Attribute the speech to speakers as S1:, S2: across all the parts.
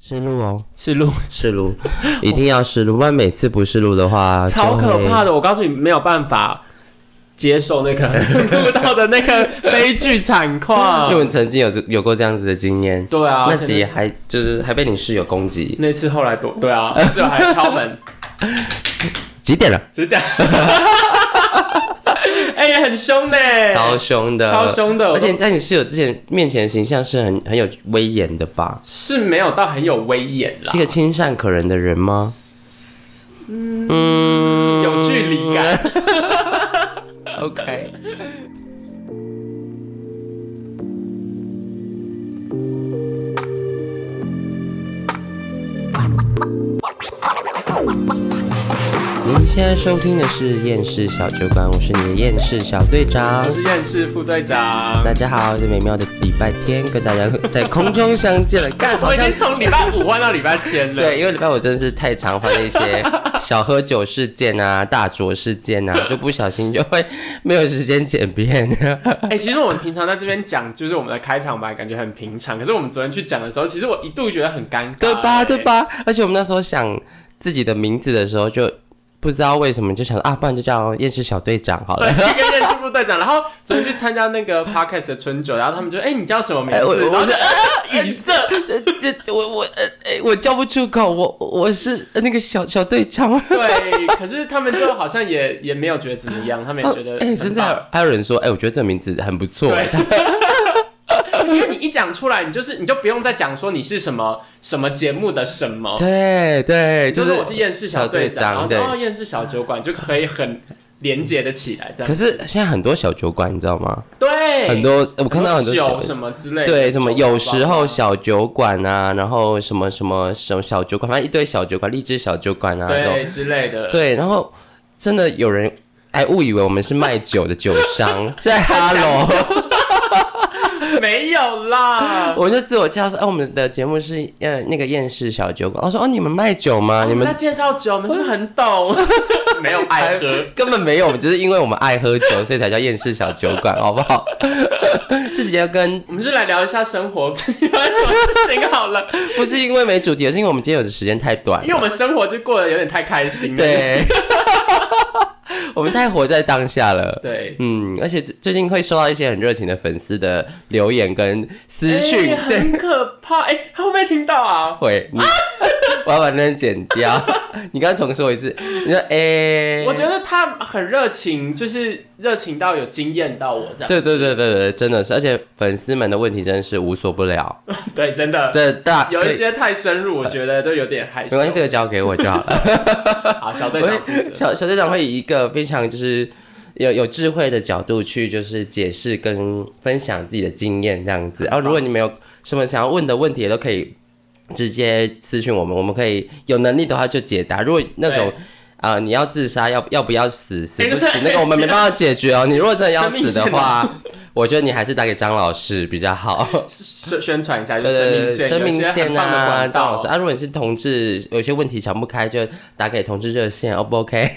S1: 试录哦，
S2: 是录，
S1: 试录， 一定要试录，不然每次不试录的话，
S2: 超可怕
S1: 的。
S2: 的。我告诉你，没有办法接受 那个录到的那个悲剧惨
S1: 因为
S2: 况。
S1: 我曾经有这有过这样子的经验，
S2: 对啊，
S1: 那
S2: 而且
S1: 集还就是还被你室友攻击，
S2: 那次后来躲，对啊，室友还敲 门，
S1: 几点 了？
S2: 真的。哎、很凶呢、
S1: 超凶的，
S2: 超凶的我
S1: 而且在你室友之前面前的形象是很很有威严的吧？
S2: 是啊没有到很有威严啦
S1: 是一，个亲善可人的人吗？嗯
S2: 有距离感。
S1: OK。您
S2: 啊
S1: 现在收听的是《厌世小酒馆》，我是你的厌世小队长
S2: 我。是院士副队长，
S1: 大家好，我是美妙的礼拜天，跟大家在空中相见了。干，好
S2: 我已
S1: 像
S2: 经从礼拜五换到礼拜天了。
S1: 对，因为礼拜五真的是太常发生一 些小喝酒事件啊、大酌事件啊，就不小心就会没有时间剪 片。
S2: 哎、其实我们平常在这边讲，就是我们的开场白，感觉很平常。可是我们昨天去讲的时候，其实我一度觉得很尴尬、
S1: 对吧？
S2: 哎
S1: 对？吧？而且我们那时候想自己的名字的时候，就不知道为什么就想啊，不然就叫夜市小队长好
S2: 对，
S1: 了。
S2: 一个夜市部队长。然后昨天去参加那 个 podcast 的春酒，然后他们就哎、你叫什么名
S1: 哎我
S2: 字？
S1: 我
S2: 然后 就
S1: 我
S2: 呃语塞。
S1: 这这我我呃哎，我叫不出口，我我是呃那个小小队长。
S2: 对，可是他们就好像也也没有觉得怎么样，他们也觉得
S1: 哎，
S2: 很
S1: 甚至还
S2: 棒
S1: 有还有人说，哎，我觉得这个名字很不错。
S2: 对，因为你一讲出来，你就是你就不用再讲说你是什么什么节目的什 么，
S1: 对对，
S2: 就
S1: 就是是
S2: 我是厌世小队长，
S1: 小
S2: 然后
S1: 队长
S2: 就哦厌世小酒馆就可以很连接的起来，这
S1: 可
S2: 样
S1: 是现在很多小酒馆，你知道吗？
S2: 对，
S1: 很多我看到很多
S2: 酒
S1: 小
S2: 什么之类的，
S1: 对，什么有时候
S2: 酒
S1: 小酒馆啊，然后什么什么什么小酒馆，反正一堆小酒馆，励志小酒馆啊，
S2: 吧
S1: 这种
S2: 对之类的，
S1: 对，然后真的有人还误以为我们是卖酒的酒商，在 Hello，
S2: 没有啦。
S1: 我就自我介绍说，哎、我们的节目是呃那个厌世小酒馆，我说哦，你们卖酒吗？你
S2: 我在
S1: 们
S2: 介绍酒，我们是不是很 懂，没有爱喝。
S1: 根本没有，我们只是因为我们爱喝酒，所以才叫厌世小酒馆，好不好？这直接跟
S2: 我们就来聊一下生活，最近发生什么事情好了，
S1: 不是因为没主题，而是因为我们今天有的时间太短了，
S2: 因为我们生活就过得有点太开心了。
S1: 对， 我们太活在当下了。
S2: 对，
S1: 嗯，而且最最近会收到一些很热情的粉丝的留言跟私讯，
S2: 哎
S1: 对，
S2: 很可怕。哎、他会不会听到啊？
S1: 会，你 我要把那剪掉。 你刚刚重说一次，你说哎，
S2: 我觉得他很热情，就是热情到有惊艳到我这样。
S1: 对对对对对，真的是，而且粉丝们的问题真的是无所不了，
S2: 对，真的
S1: 这大
S2: 有一
S1: 对
S2: 些太深入，我觉得都有点害
S1: 没
S2: 羞。
S1: 关系，这个交给我就好了。
S2: 好，小队长负责
S1: 我会小小队长会以一个非常就是有有智慧的角度去就是解释跟分享自己的经验这样子。然后如果你们有什么想要问的问题，也都可以直接私讯我们，我们可以有能力的话就解答。如果那种
S2: 对
S1: 啊、呃你要自杀要要不要死死
S2: 哎
S1: 不
S2: 对
S1: 死那个我们没办法解决哦。你如果真的要死的
S2: 生命线哦
S1: 话，我觉得你还是打给张老师比较好。
S2: 宣宣传一下，就
S1: 对
S2: 是生命线，
S1: 生命
S2: 有一些
S1: 线
S2: 很棒的
S1: 啊，
S2: 管
S1: 张老
S2: 道
S1: 师。啊，如果你是同志，有些问题想不开就打给同志热线，O 不 OK？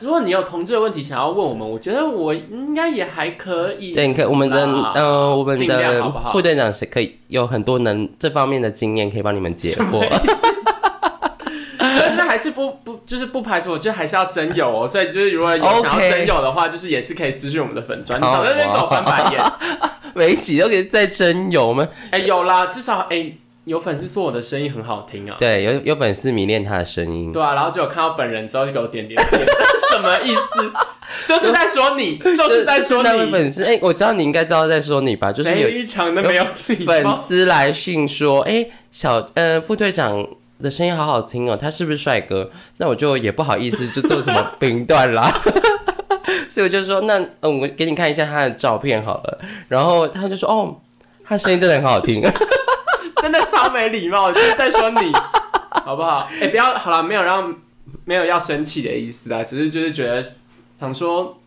S2: 如果你有同志的问题想要问我们，我觉得我应该也还可以。
S1: 对，你看我们的
S2: 啦
S1: 呃，我们
S2: 尽量好
S1: 的
S2: 不好
S1: 副队长是可以有很多能这方面的经验，可以帮你们解 惑。
S2: 但是还是不不就是不排除，我觉得还是要真有哦。所以就是如果有
S1: OK 啊
S2: 想要真有的话，就是也是可以私信我们的粉砖。你少在那边给我翻白眼。
S1: 每一集都可以再真有我们
S2: 哎、有啦，至少哎、有粉丝说我的声音很好听啊。
S1: 对有有粉丝迷恋他的声音，
S2: 对啊，然后就有看到本人之后就给我点点点， 什么意思？就是在 说你，就是在说
S1: 那位
S2: 你，
S1: 粉丝。哎，我知道你应该知道在说你吧，就是有
S2: 非常的没有礼
S1: 粉
S2: 貌。
S1: 丝来信说，哎，小呃副队长。的声音好好听哦，他是不是帅哥？那我就也不好意思，就做什么评断啦。 所以我就说，那嗯，我给你看一下他的照片好了。然后他就说，哦，他声音真的很好听。
S2: 真的超没礼貌，就是在说你， 好不好？哎、不要好了，没有让没有要生气的意思啊，只是就是觉得想说，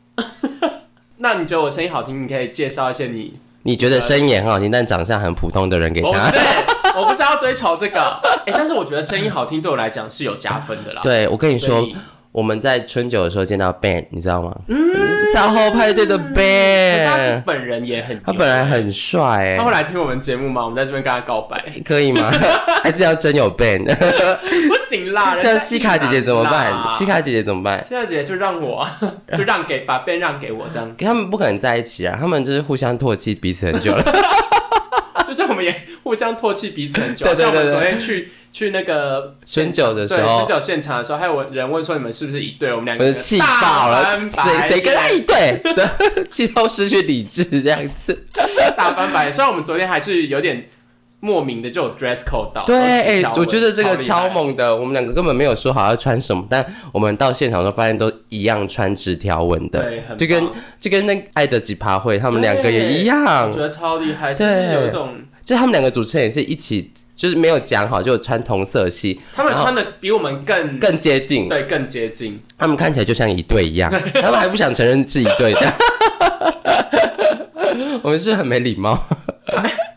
S2: 那你觉得我声音好听，你可以介绍一些你，
S1: 你觉得声音很好听，但长相很普通的人给
S2: 不
S1: 他。
S2: 哦是，啊我不欸是要追求这个，哎、但是我觉得声音好听对我来讲是有加分的啦。
S1: 对，我跟你
S2: 所
S1: 说，
S2: 以，
S1: 我们在春酒的时候见到 Ben，你知道吗？嗯，三后派对
S2: 嗯
S1: 的
S2: 可是他是哦
S1: Ben，
S2: 本人也很牛，
S1: 他本来很帅、
S2: 他会
S1: 欸，
S2: 来听我们节目吗？我们在这边跟他告白，
S1: 可以 吗？还是要真有 Ben？
S2: 不行啦，人
S1: 这
S2: 家
S1: 样西卡姐姐怎么办？西
S2: 卡
S1: 卡姐姐怎么办？
S2: 西卡姐姐就让我 啊，就让给把 Ben 让给我这样，
S1: 他们不可能在一起啊，他们就是互相唾弃彼此很久了。
S2: 就是我们也互相唾弃彼此很久。啊
S1: 对对
S2: 像我们
S1: 对对
S2: 昨天去去那个
S1: 春酒的时
S2: 对春
S1: 候，
S2: 酒现场的时候，还有人问说你们是不是一对，我们两
S1: 我
S2: 个
S1: 就气爆了，谁谁跟他一对， 气到失去理智这样子。
S2: 他大翻白眼？虽然我们昨天还是有点莫名的就有 dress code 到，
S1: 对，哎、
S2: 都知道
S1: 我觉得这个超。
S2: 厉害
S1: 猛的，我们两个根本没有说好要穿什么，但我们到现场的时候发现都一样穿直条纹的
S2: 对，很，
S1: 就跟
S2: 棒
S1: 就跟那个爱的吉趴会他们两个也一
S2: 我
S1: 样
S2: 觉，得超厉害，就是有一种
S1: 就他们两个主持人也是一起，就是没有讲好，就穿同色系，
S2: 他们穿的比我们更
S1: 更接近，
S2: 嗯对更接近，
S1: 他们看起来就像一对 一样，他们还不想承认是一对 的。我们是不是很没礼貌，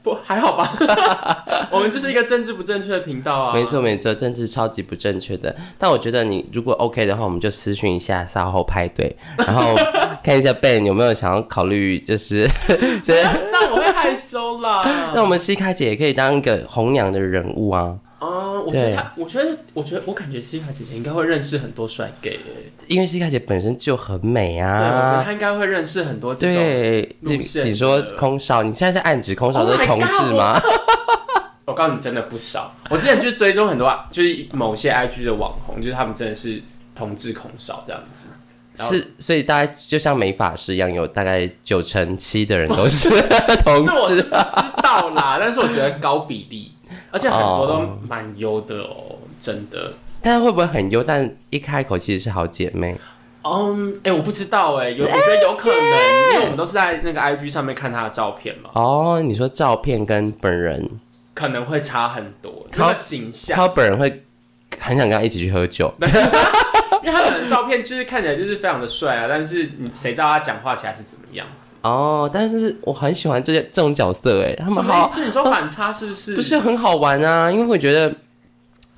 S2: 不还 好吧？我们就是一个政治不正确的频道啊，
S1: 没错没错，政治超级不正确的。但我觉得你如果 OK 的话，我们就私讯一下稍后派对，然 后看一下 Ben 有没有想要考虑，就是
S2: 这样。那我会害羞啦。
S1: 那我们西卡姐也可以当一个红娘的人物啊，
S2: 啊，我觉得他，我觉得，我觉得，我感觉西卡姐姐应该会认识很多帅 gay，欸
S1: 因为西卡姐本身就很美
S2: 对，我觉得
S1: 啊。
S2: 她应该会认识很多啊这种。
S1: 对，
S2: 路
S1: 你
S2: 线
S1: 你说
S2: 的
S1: 空少，你现在是暗指空少
S2: Oh
S1: 都是
S2: my
S1: 同
S2: God，
S1: 志吗？
S2: 我告诉你，真的不少。我之前去追踪很多，就是某些 IG 的网红，就是他们真的是同志恐少这样子。然后
S1: 是，所以大概就像美发师一样，有大概九成七的人都是同
S2: 这我是
S1: 志啊
S2: 不。知道啦， 但是我觉得高比例，而且很多都蛮优的哦，真的。
S1: 但会不会很优？但一开口其实是好姐妹，
S2: 嗯，哎，我不知道哎、有我觉得有可能，因为我们都是在那个 IG 上面看他的照片嘛，
S1: 哦。你说照片跟本人，
S2: 可能会差很多，
S1: 靠
S2: 那个形象，
S1: 他本人会很想跟他一起去喝酒，
S2: 因为他可能照片就是看起来就是非常的帅啊，但是你谁知道他讲话起来是怎么样？
S1: 哦。但是我很喜欢这些这种角色，哎，他
S2: 什
S1: 们
S2: 么
S1: 好
S2: 意思？你说反差是不是？
S1: 不是很好玩啊，因为我觉得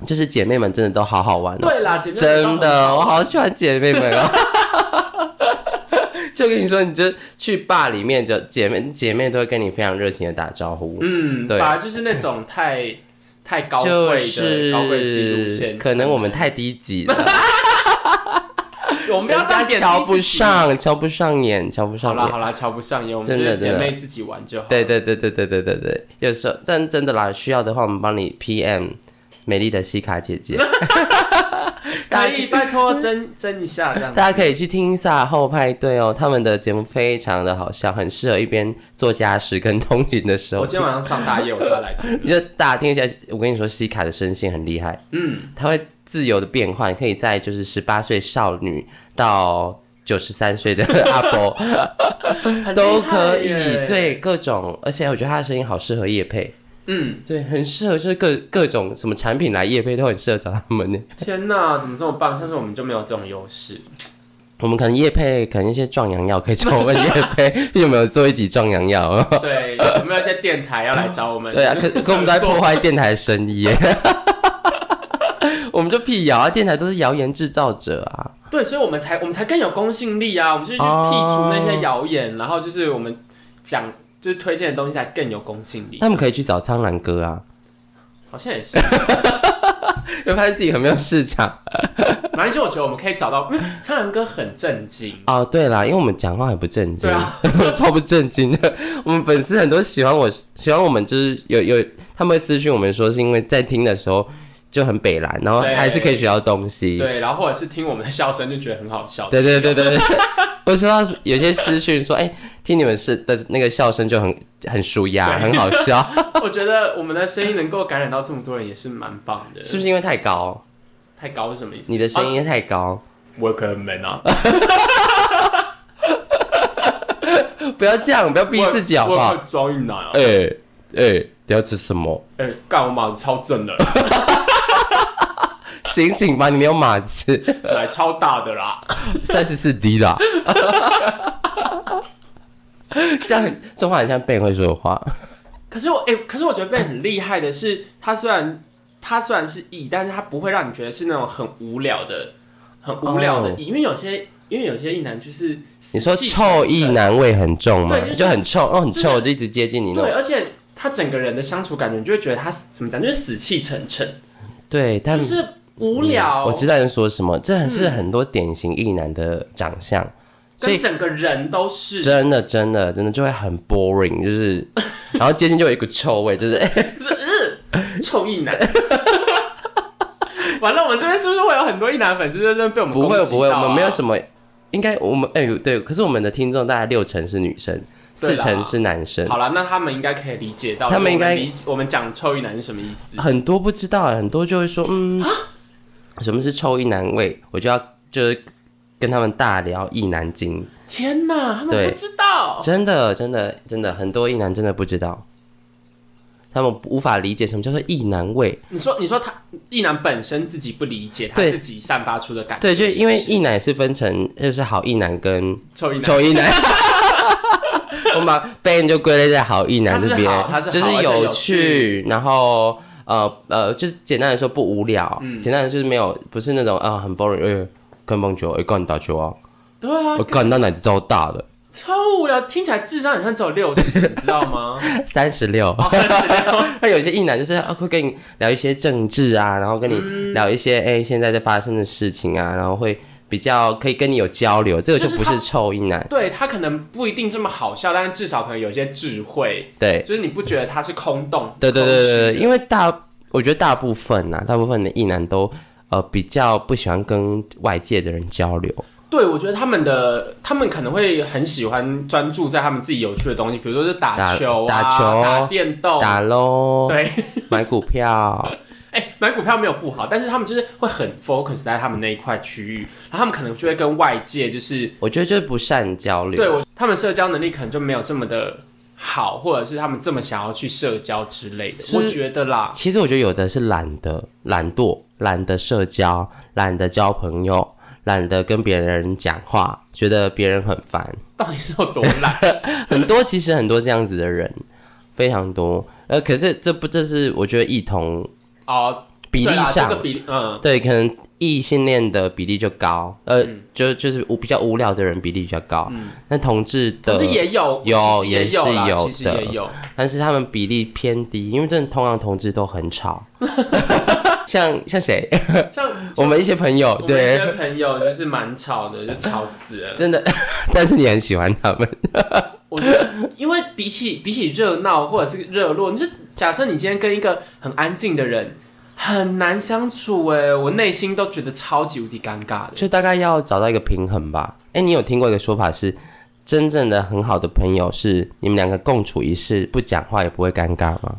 S1: 就是姐妹们真的都好好玩、哦。
S2: 对啦，姐妹们都
S1: 真的，我好喜欢姐妹们啊！ 就跟你说，你就去坝里面，就姐妹姐妹都会跟你非常热情的打招呼，
S2: 嗯，
S1: 对
S2: 反而就是那种太太高贵
S1: 就
S2: 的、
S1: 是
S2: 高贵级路线，
S1: 可能我们太低级了，
S2: 我 们不要
S1: 人
S2: 这样
S1: 家
S2: 贬低
S1: 瞧不
S2: 自己。
S1: 上，瞧不上眼，瞧不
S2: 好
S1: 上
S2: 啦
S1: 眼。
S2: 好啦，瞧不上眼，我们就
S1: 真的
S2: 是姐
S1: 真的
S2: 妹自己玩就好。
S1: 对对对对对对对对，有时候但真的啦，需要的话我们帮你 PM 美丽的西卡姐姐，
S2: 可以拜托争争一下这样。
S1: 大家可以去听一下后派对哦，他们的节目非常的好笑，很适合一边做家事跟通勤的时候
S2: 我今天晚上上大夜，我就要来听。
S1: 你就打听一下，我跟你说，西卡的声线很厉害，
S2: 嗯，
S1: 它会自由的变换，可以在就是十八岁少女到九十三岁的 阿伯
S2: 很
S1: 都
S2: 厉害
S1: 可以
S2: 耶，，
S1: 对各种，而且我觉得他的声音好适合夜配，
S2: 嗯，
S1: 对，很适合就是各各种什么产品来夜配都很适合找他们呢。
S2: 天哪，怎么这么棒？像是我们就没有这种优势。
S1: 我们可能夜配，可能一些壮阳药可以找我们夜 配，有没有做一集壮阳药？哦
S2: 对，有没有一些电台要来找我 们？
S1: 对啊，可可我们都在破坏电台的生意耶， 我们就辟谣啊，电台都是谣言制造者啊。
S2: 对，所以我们才我们才更有公信力啊！我们就是去剔除那些谣言，然后就是我们讲就是推荐的东西才更有公信 力。
S1: 他们可以去找苍兰哥啊，
S2: 好像也是，
S1: 就发现自己很没有市场。
S2: 反正我觉得我们可以找到，因为苍兰哥很震惊。
S1: 哦，对啦，因为我们讲话很不正经，
S2: 对啊
S1: 超不正经的。我们粉丝很多喜欢我，喜欢我们就是有有，他们会私讯我们说是因为在听的时候就很北蓝，然后
S2: 对
S1: 还是可以学到东西。
S2: 对，然后或者是听我们的笑声就觉得很好笑。
S1: 对对对对 对，我收到有些私讯说，哎、听你们是的那个笑声就很很舒压，
S2: 对
S1: 很好笑，
S2: 我觉得我们的声音能够感染到这么多人也是蛮棒的。
S1: 是不是因为太高？
S2: 太高是什么意思？
S1: 你的
S2: 音、
S1: 声音太高，
S2: 我可能啊，
S1: 不要这样，不要 逼自己好不
S2: 我
S1: 好？
S2: 我装硬奶啊！
S1: 哎哎、不要吃什么？
S2: 哎、干我马子超正 的，
S1: 醒醒吧，你没有码子，
S2: 奶超大的啦。
S1: 三十四 D 啦。 这样很这话很像贝会说的话，
S2: 可是我哎、可是我觉得 Ben 很厉害的是，他虽然他虽然是 E，但是他不会让你觉得是那种很无聊的很无聊的
S1: 哦
S2: 意，因为有些因为有些意男就是死
S1: 你说
S2: 气
S1: 臭
S2: 沉沉
S1: 意男哦味很重吗？
S2: 对就是
S1: 就很臭哦，很
S2: 就是
S1: 臭，我就一直接近你那
S2: 对，
S1: 种。
S2: 而且他整个人的相处感觉，你就会觉得他怎么讲，就是死气沉沉，
S1: 对，但
S2: 就是嗯无聊。
S1: 我知道你说什么，这是很多典型意男的长相，所
S2: 跟
S1: 以
S2: 整个人都是，
S1: 真的真的真的就会很 boring，就是，然后接近就有一股臭味， 就是哎
S2: 臭意男。 完了，我们这边是不是会有很多意男粉丝真的被我们
S1: 不会
S2: 攻击
S1: 不会，
S2: 到啊
S1: 我们没有什么，应该我们哎、对，可是我们的听众大概六成是女生，
S2: 对
S1: 四
S2: 啦
S1: 成是男生，
S2: 好了，那他们应该可以理解到，
S1: 他们应该
S2: 我理解我们讲臭意男是什么意思。
S1: 很多不知道，欸很多就会说嗯，什么是臭意男味，我就要就是跟他们大聊意男经，
S2: 天哪，他们
S1: 对
S2: 不知道，
S1: 真的真的真的很多意男真的不知道。他们无法理解什么叫做意男味，
S2: 你说你说他意男本身自己不理解他
S1: 对
S2: 自己散发出的感觉，
S1: 对，就是
S2: 不是
S1: 因为一男是分成就是好一男跟
S2: 臭意男，
S1: 丑一 男，我们把 Ben 就归类在好一男这边
S2: 他是好他是，好
S1: 就是
S2: 而且有
S1: 趣，然后呃呃，就是简单来说不无聊，
S2: 嗯
S1: 简单的就是没有不是那种啊、很 boring，哎、看棒球，哎、干打球啊，
S2: 对啊
S1: 我，干那奶子超大 的，
S2: 超无聊，听起来智商好像只有六 十，你知道吗？
S1: 三十六。
S2: 哦36
S1: 他有一些一男就是啊会跟你聊一些政治啊，然后跟
S2: 嗯
S1: 你聊一些哎、现在在发生的事情啊，然后会比较可以跟你有交流，这个就
S2: 就是
S1: 不
S2: 他
S1: 是臭一男，
S2: 对他可能不一定这么好笑，但是至少可能有一些智慧，
S1: 对。
S2: 就是你不觉得他是空洞？
S1: 对对对对，对，
S2: 为
S1: 因为大我觉得大部分啊，大部分的异男都呃比较不喜欢跟外界的人交流。
S2: 对我觉得他们的他们可能会很喜欢专注在他们自己有趣的东西，比如说是打
S1: 打
S2: 球、啊、
S1: 打球
S2: 打电动。
S1: 打喽，
S2: 哦对，
S1: 买股票，
S2: 哎、买股票没有不好，但是他们就是会很 focus 在他们那一块区域，然后他们可能就会跟外界就是
S1: 我觉得就是不善交流。
S2: 对我，他们社交能力可能就没有这么的好，或者是他们这么想要去社交之类的，
S1: 是
S2: 我觉得啦，
S1: 其实我觉得有的是懒得、懒惰、懒得社交、懒得交朋友、懒得跟别人讲话，觉得别人很烦。
S2: 到底是有多懒？
S1: 很多其实很多这样子的人，非常多。呃，可是这不这是我觉得异同
S2: 哦，
S1: 比例
S2: 对啦
S1: 上，
S2: 这个比例，嗯，
S1: 对，可能异性恋的比例就高，呃，
S2: 嗯
S1: 就就是无比较无聊的人比例比较高，那、同志的
S2: 可是也有，
S1: 有
S2: 其实也有啦
S1: 也是有
S2: 其实也 有。
S1: 但是他们比例偏低，因为真的通常同志都很 吵，像像谁，
S2: 像
S1: 我们一些朋友
S2: 我，们一
S1: 对，
S2: 些朋友就是蛮吵的，就吵死了。
S1: 真的， 但是你很喜欢他们，
S2: 我觉得，因为比起比起热闹或者是热络，你就假设你今天跟一个很安静的人很难相处，哎，我内心都觉得超级无敌尴尬的。
S1: 就大概要找到一个平衡吧。哎，你有听过一个说法是，真正的很好的朋友是你们两个共处一室，不讲话也不会尴尬吗？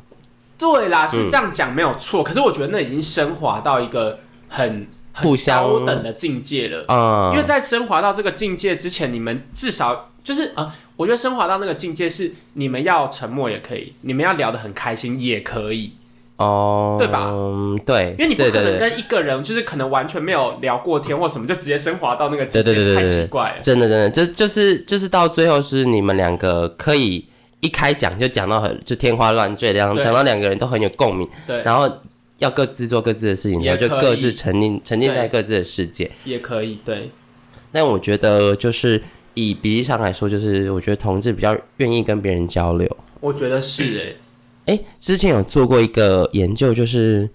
S2: 对啦，是这样讲没有错，可是我觉得那已经升华到一个很很
S1: 互相
S2: 高等的境界了。因为
S1: 嗯，
S2: 在升华到这个境界之前，你们至少就是啊、呃我觉得升华到那个境界是你们要沉默也可以，你们要聊得很开心也可以，
S1: 哦，
S2: 对吧？
S1: 对，
S2: 因为你不
S1: 对
S2: 可
S1: 对
S2: 能
S1: 对
S2: 跟一个人就是可能完全没有聊过天或什么，就直接升华到那个境界，
S1: 对对对对
S2: 太
S1: 对
S2: 奇怪了。
S1: 真的真的，这就是就是到最后是你们两个可以一开讲就讲到很就天花乱坠这样，
S2: 对
S1: 讲到两个人都很有共鸣，
S2: 对，
S1: 然后要各自做各自的事情，
S2: 也
S1: 然后就
S2: 可以
S1: 各自沉浸沉浸
S2: 对
S1: 在各自的世界。
S2: 也可以，对，
S1: 但我觉得就是以比例上来说，就是我觉得同志比较愿意跟别人交流。
S2: 我觉得是哎、
S1: 哎，之前有做过一个研究，就是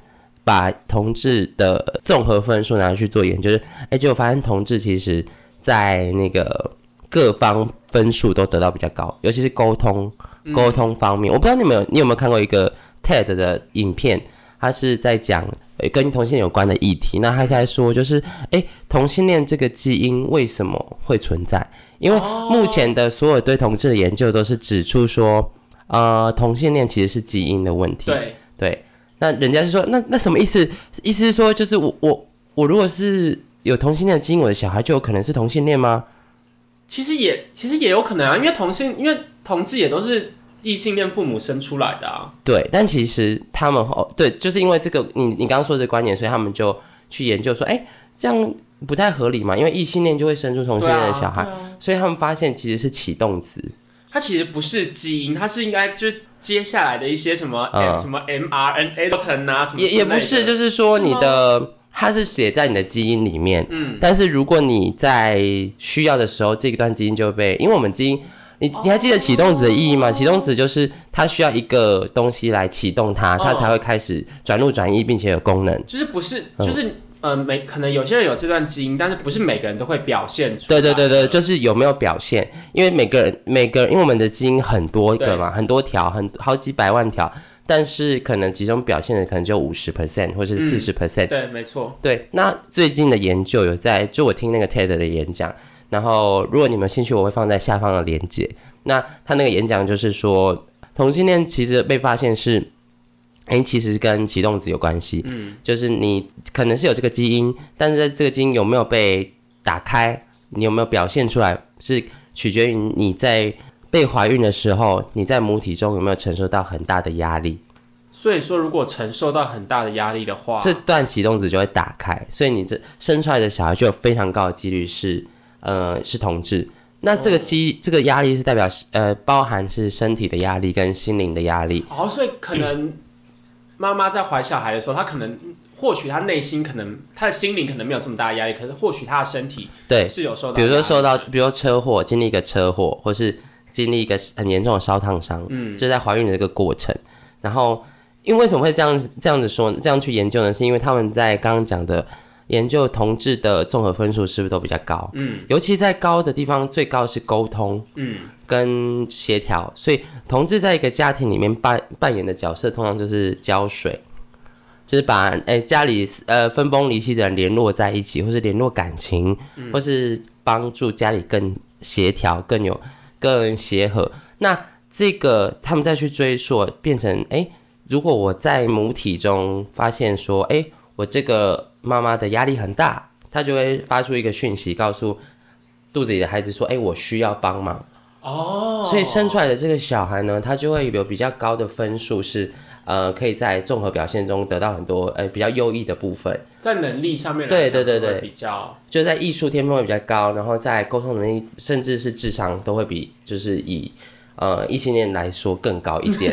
S1: 把同志的综合分数拿去做研究，就是哎，结果发现同志其实在那个各方分数都得到比较高，尤其是沟通沟通方面。我不知道你们有你有没有看过一个 TED 的影片，它是在讲。呃跟同性恋有关的议题，那他在说就是，哎，同性恋这个基因为什么会存在？因为目前的所有对同志的研究都是指出说，呃，同性恋其实是基因的问题。
S2: 对，
S1: 对，那人家是说，那那什么意思？意思是说，就是我我我如果是有同性恋的基因，我的小孩就有可能是同性恋吗？
S2: 其实也其实也有可能啊，因为同性，因为同志也都是异性恋父母生出来的啊，
S1: 对，但其实他们后对，就是因为这个你你刚刚说的这个观点，所以他们就去研究说，哎，这样不太合理嘛，因为异性恋就会生出同性恋的小孩，
S2: 对啊对啊
S1: 所以他们发现其实是启动词。
S2: 它其实不是基因，它是应该就是接下来的一些什么、
S1: 嗯
S2: 什么 mRNA 过程啊，什么
S1: 也也
S2: 之类的
S1: 不是，就是说你的它是写在你的基因里面，嗯，但是如果你在需要的时候，这一段基因就被，因为我们基因，你你还记得启动子的意义吗？启动子就是它需要一个东西来启动它，它
S2: 哦
S1: 才会开始转录转移，并且有功能。
S2: 就是不是
S1: 嗯
S2: 就是、呃每可能有些人有这段基因，但是不是每个人都会表现出
S1: 对
S2: 来。
S1: 对对对，就是有没有表现？因为每个人每个人，因为我们的基因很多个嘛，很多条，很好几百万条，但是可能其中表现的可能只有五十 percent 或
S2: 嗯
S1: 是四十 percent。
S2: 对，没错。
S1: 对，那最近的研究有在，就我听那个 TED 的演讲，然后如果你们有兴趣，我会放在下方的链接。那他那个演讲就是说，同性恋其实被发现是，哎、其实跟启动子有关系，嗯，就是你可能是有这个基因，但是在这个基因有没有被打开，你有没有表现出来，是取决于你在被怀孕的时候，你在母体中有没有承受到很大的压力。
S2: 所以说，如果承受到很大的压力的话，
S1: 这段启动子就会打开，所以你这生出来的小孩就有非常高的几率是，呃，是同志。那这个基、这个压力是代表是呃，包含是身体的压力跟心灵的压力。
S2: 哦，所以可能妈妈在怀小孩的时候，她可能或许她内心可能她的心灵可能没有这么大的压力，可是或许她的身体
S1: 对，
S2: 是有受到压力
S1: 比
S2: 的，
S1: 如说受到，比如说车祸，经历一个车祸，或是经历一个很严重的烧烫伤，嗯，就在怀孕的这个过程。然后，因为为什么会这样子这样子说呢，这样去研究呢？是因为他们在刚刚讲的研究同志的综合分数是不是都比较高？嗯，尤其在高的地方，最高是沟通，嗯，跟协调。所以，同志在一个家庭里面扮扮演的角色，通常就是浇水。就是把诶、家里呃分崩离析的人联络在一起，或是联络感情，或是帮助家里更协调、更有、更协和。那这个他们再去追溯，变成诶，如果我在母体中发现说，诶，我这个妈妈的压力很大，她就会发出一个讯息，告诉肚子里的孩子说，诶，我需要帮忙。
S2: 哦，
S1: 所以生出来的这个小孩呢，他就会有比较高的分数是。呃，可以在综合表现中得到很多呃比较优异的部分，
S2: 在能力上面来
S1: 对
S2: 讲
S1: 对对
S2: 会
S1: 对
S2: 比较
S1: 就在艺术天分会比较高，然后在沟通能力甚至是智商都会比就是以呃异性恋来说更高一点。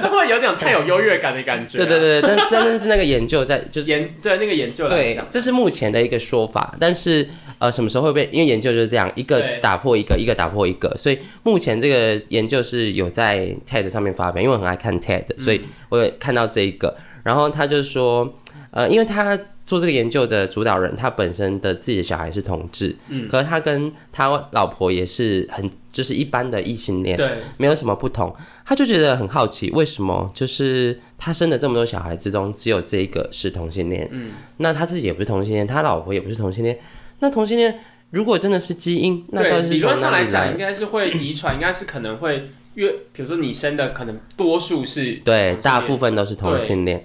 S2: 这会有点太有优越感的感觉啊、
S1: 对对对，但但是是那个研究在就是
S2: 研对那个研究来
S1: 对
S2: 讲，，
S1: 这是目前的一个说法，但是呃什么时候会被？因为研究就是这样，一个
S2: 对
S1: 打破一个，一个打破一个，所以目前这个研究是有在 TED 上面发表，因为我很爱看 TED，所
S2: 嗯
S1: 以我有看到这一个，然后他就说，呃，因为他。做这个研究的主导人，他本身的自己的小孩是同志，嗯，可是他跟他老婆也是很就是一般的异性恋，
S2: 对，
S1: 没有什么不同。他就觉得很好奇，为什么就是他生的这么多小孩之中，只有这一个是同性恋？嗯，那他自己也不是同性恋，他老婆也不是同性恋。那同性恋如果真的是基因，那到
S2: 对，
S1: 底是
S2: 理
S1: 从
S2: 论上
S1: 哪
S2: 来
S1: 里
S2: 讲，
S1: 来
S2: 应？该是会遗传，应该是可能会越，比如说你生的可能多数是
S1: 对，
S2: 同性恋
S1: 大部分都是同性恋。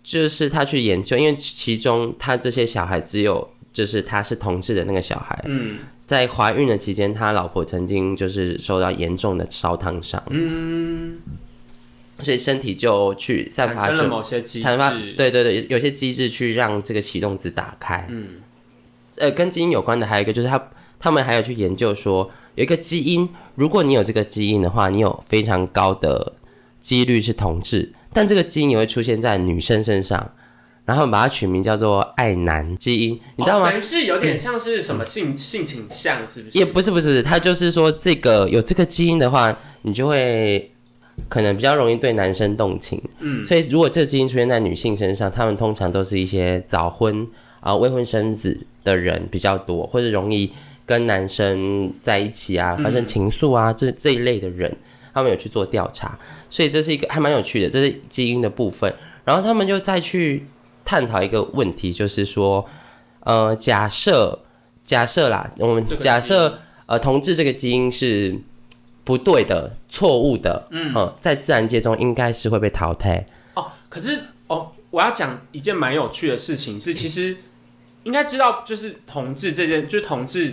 S1: 就是他去研究，因为其中他这些小孩只有就是他是同志的那个小孩，
S2: 嗯，
S1: 在怀孕的期间，他老婆曾经就是受到严重的烧烫伤，嗯，所以身体就去散
S2: 产
S1: 发
S2: 生
S1: 出
S2: 了某些机
S1: 才发
S2: 制，
S1: 对对对，有些机制去让这个启动子打开。嗯，呃，跟基因有关的还有一个就是他他们还有去研究说，有一个基因，如果你有这个基因的话，你有非常高的几率是同志，但这个基因也会出现在女生身上，然后把它取名叫做爱男基因，你知道
S2: 哦
S1: 吗？嗯
S2: 等于是有点像是什么性、性倾向，是不是？
S1: 也不是不是，不是，它就是说这个有这个基因的话，你就会可能比较容易对男生动情。嗯，所以如果这个基因出现在女性身上，他们通常都是一些早婚啊、未婚生子的人比较多，或者容易跟男生在一起
S2: 嗯
S1: 啊，发生情愫啊、这这一类的人，他们有去做调查，所以这是一个还蛮有趣的，这是基因的部分。然后他们就再去探讨一个问题，就是说，呃，假设假设啦，我们
S2: 这个
S1: 假设呃，同志这个基因是不对的、错误的，嗯、在自然界中应该是会被淘汰。
S2: 哦，可是哦，我要讲一件蛮有趣的事情
S1: 嗯
S2: 是，其实应该知道，就是同志这件，就是同志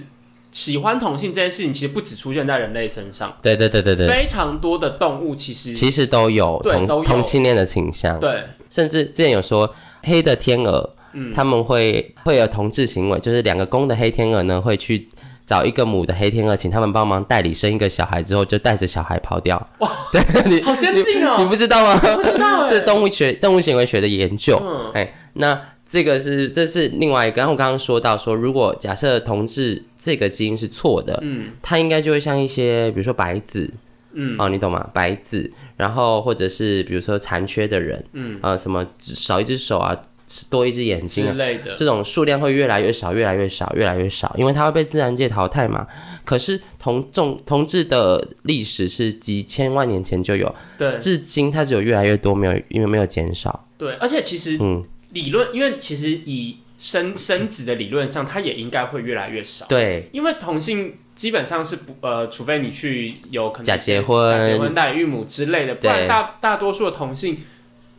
S2: 喜欢同性这件事情，其实不只出现在人类身上，
S1: 对对对对对，
S2: 非常多的动物其实
S1: 其实都有
S2: 对
S1: 同
S2: 都有
S1: 同性恋的倾向，
S2: 对
S1: 甚至之前有说黑的天鹅，
S2: 嗯
S1: 他们会会有同志行为，就是两个公的黑天鹅呢会去。找一个母的黑天鹅，请他们帮忙代理生一个小孩之后，就带着小孩跑掉。哇， 对你
S2: 好先进哦
S1: 你不知道吗？
S2: 不知道哎、
S1: 这动物学、动物行为学的研究。
S2: 嗯
S1: 哎、那这个是这是另外一个。然后我刚刚说到说，如果假设同志这个基因是错的，
S2: 嗯
S1: 它应该就会像一些比如说白子
S2: 嗯
S1: 哦，你懂吗？白子，然后或者是比如说残缺的人，
S2: 嗯
S1: 呃，什么只少一只手啊，多一只眼睛
S2: 之
S1: 啊。
S2: 类的，
S1: 这种数量会越来越少，越来越少，越来越少，因为它会被自然界淘汰嘛。可是同种同志的历史是几千万年前就有，
S2: 对
S1: 至今它只有越来越多，没有因为没有减少。
S2: 对，而且其实
S1: 嗯，
S2: 理论，因为其实以生生殖的理论上，它也应该会越来越少，
S1: 对，
S2: 因为同性基本上是不呃，除非你去有可能
S1: 假结
S2: 假结
S1: 婚，
S2: 婚、代理孕母之类的，不然
S1: 对
S2: 大大多数的同性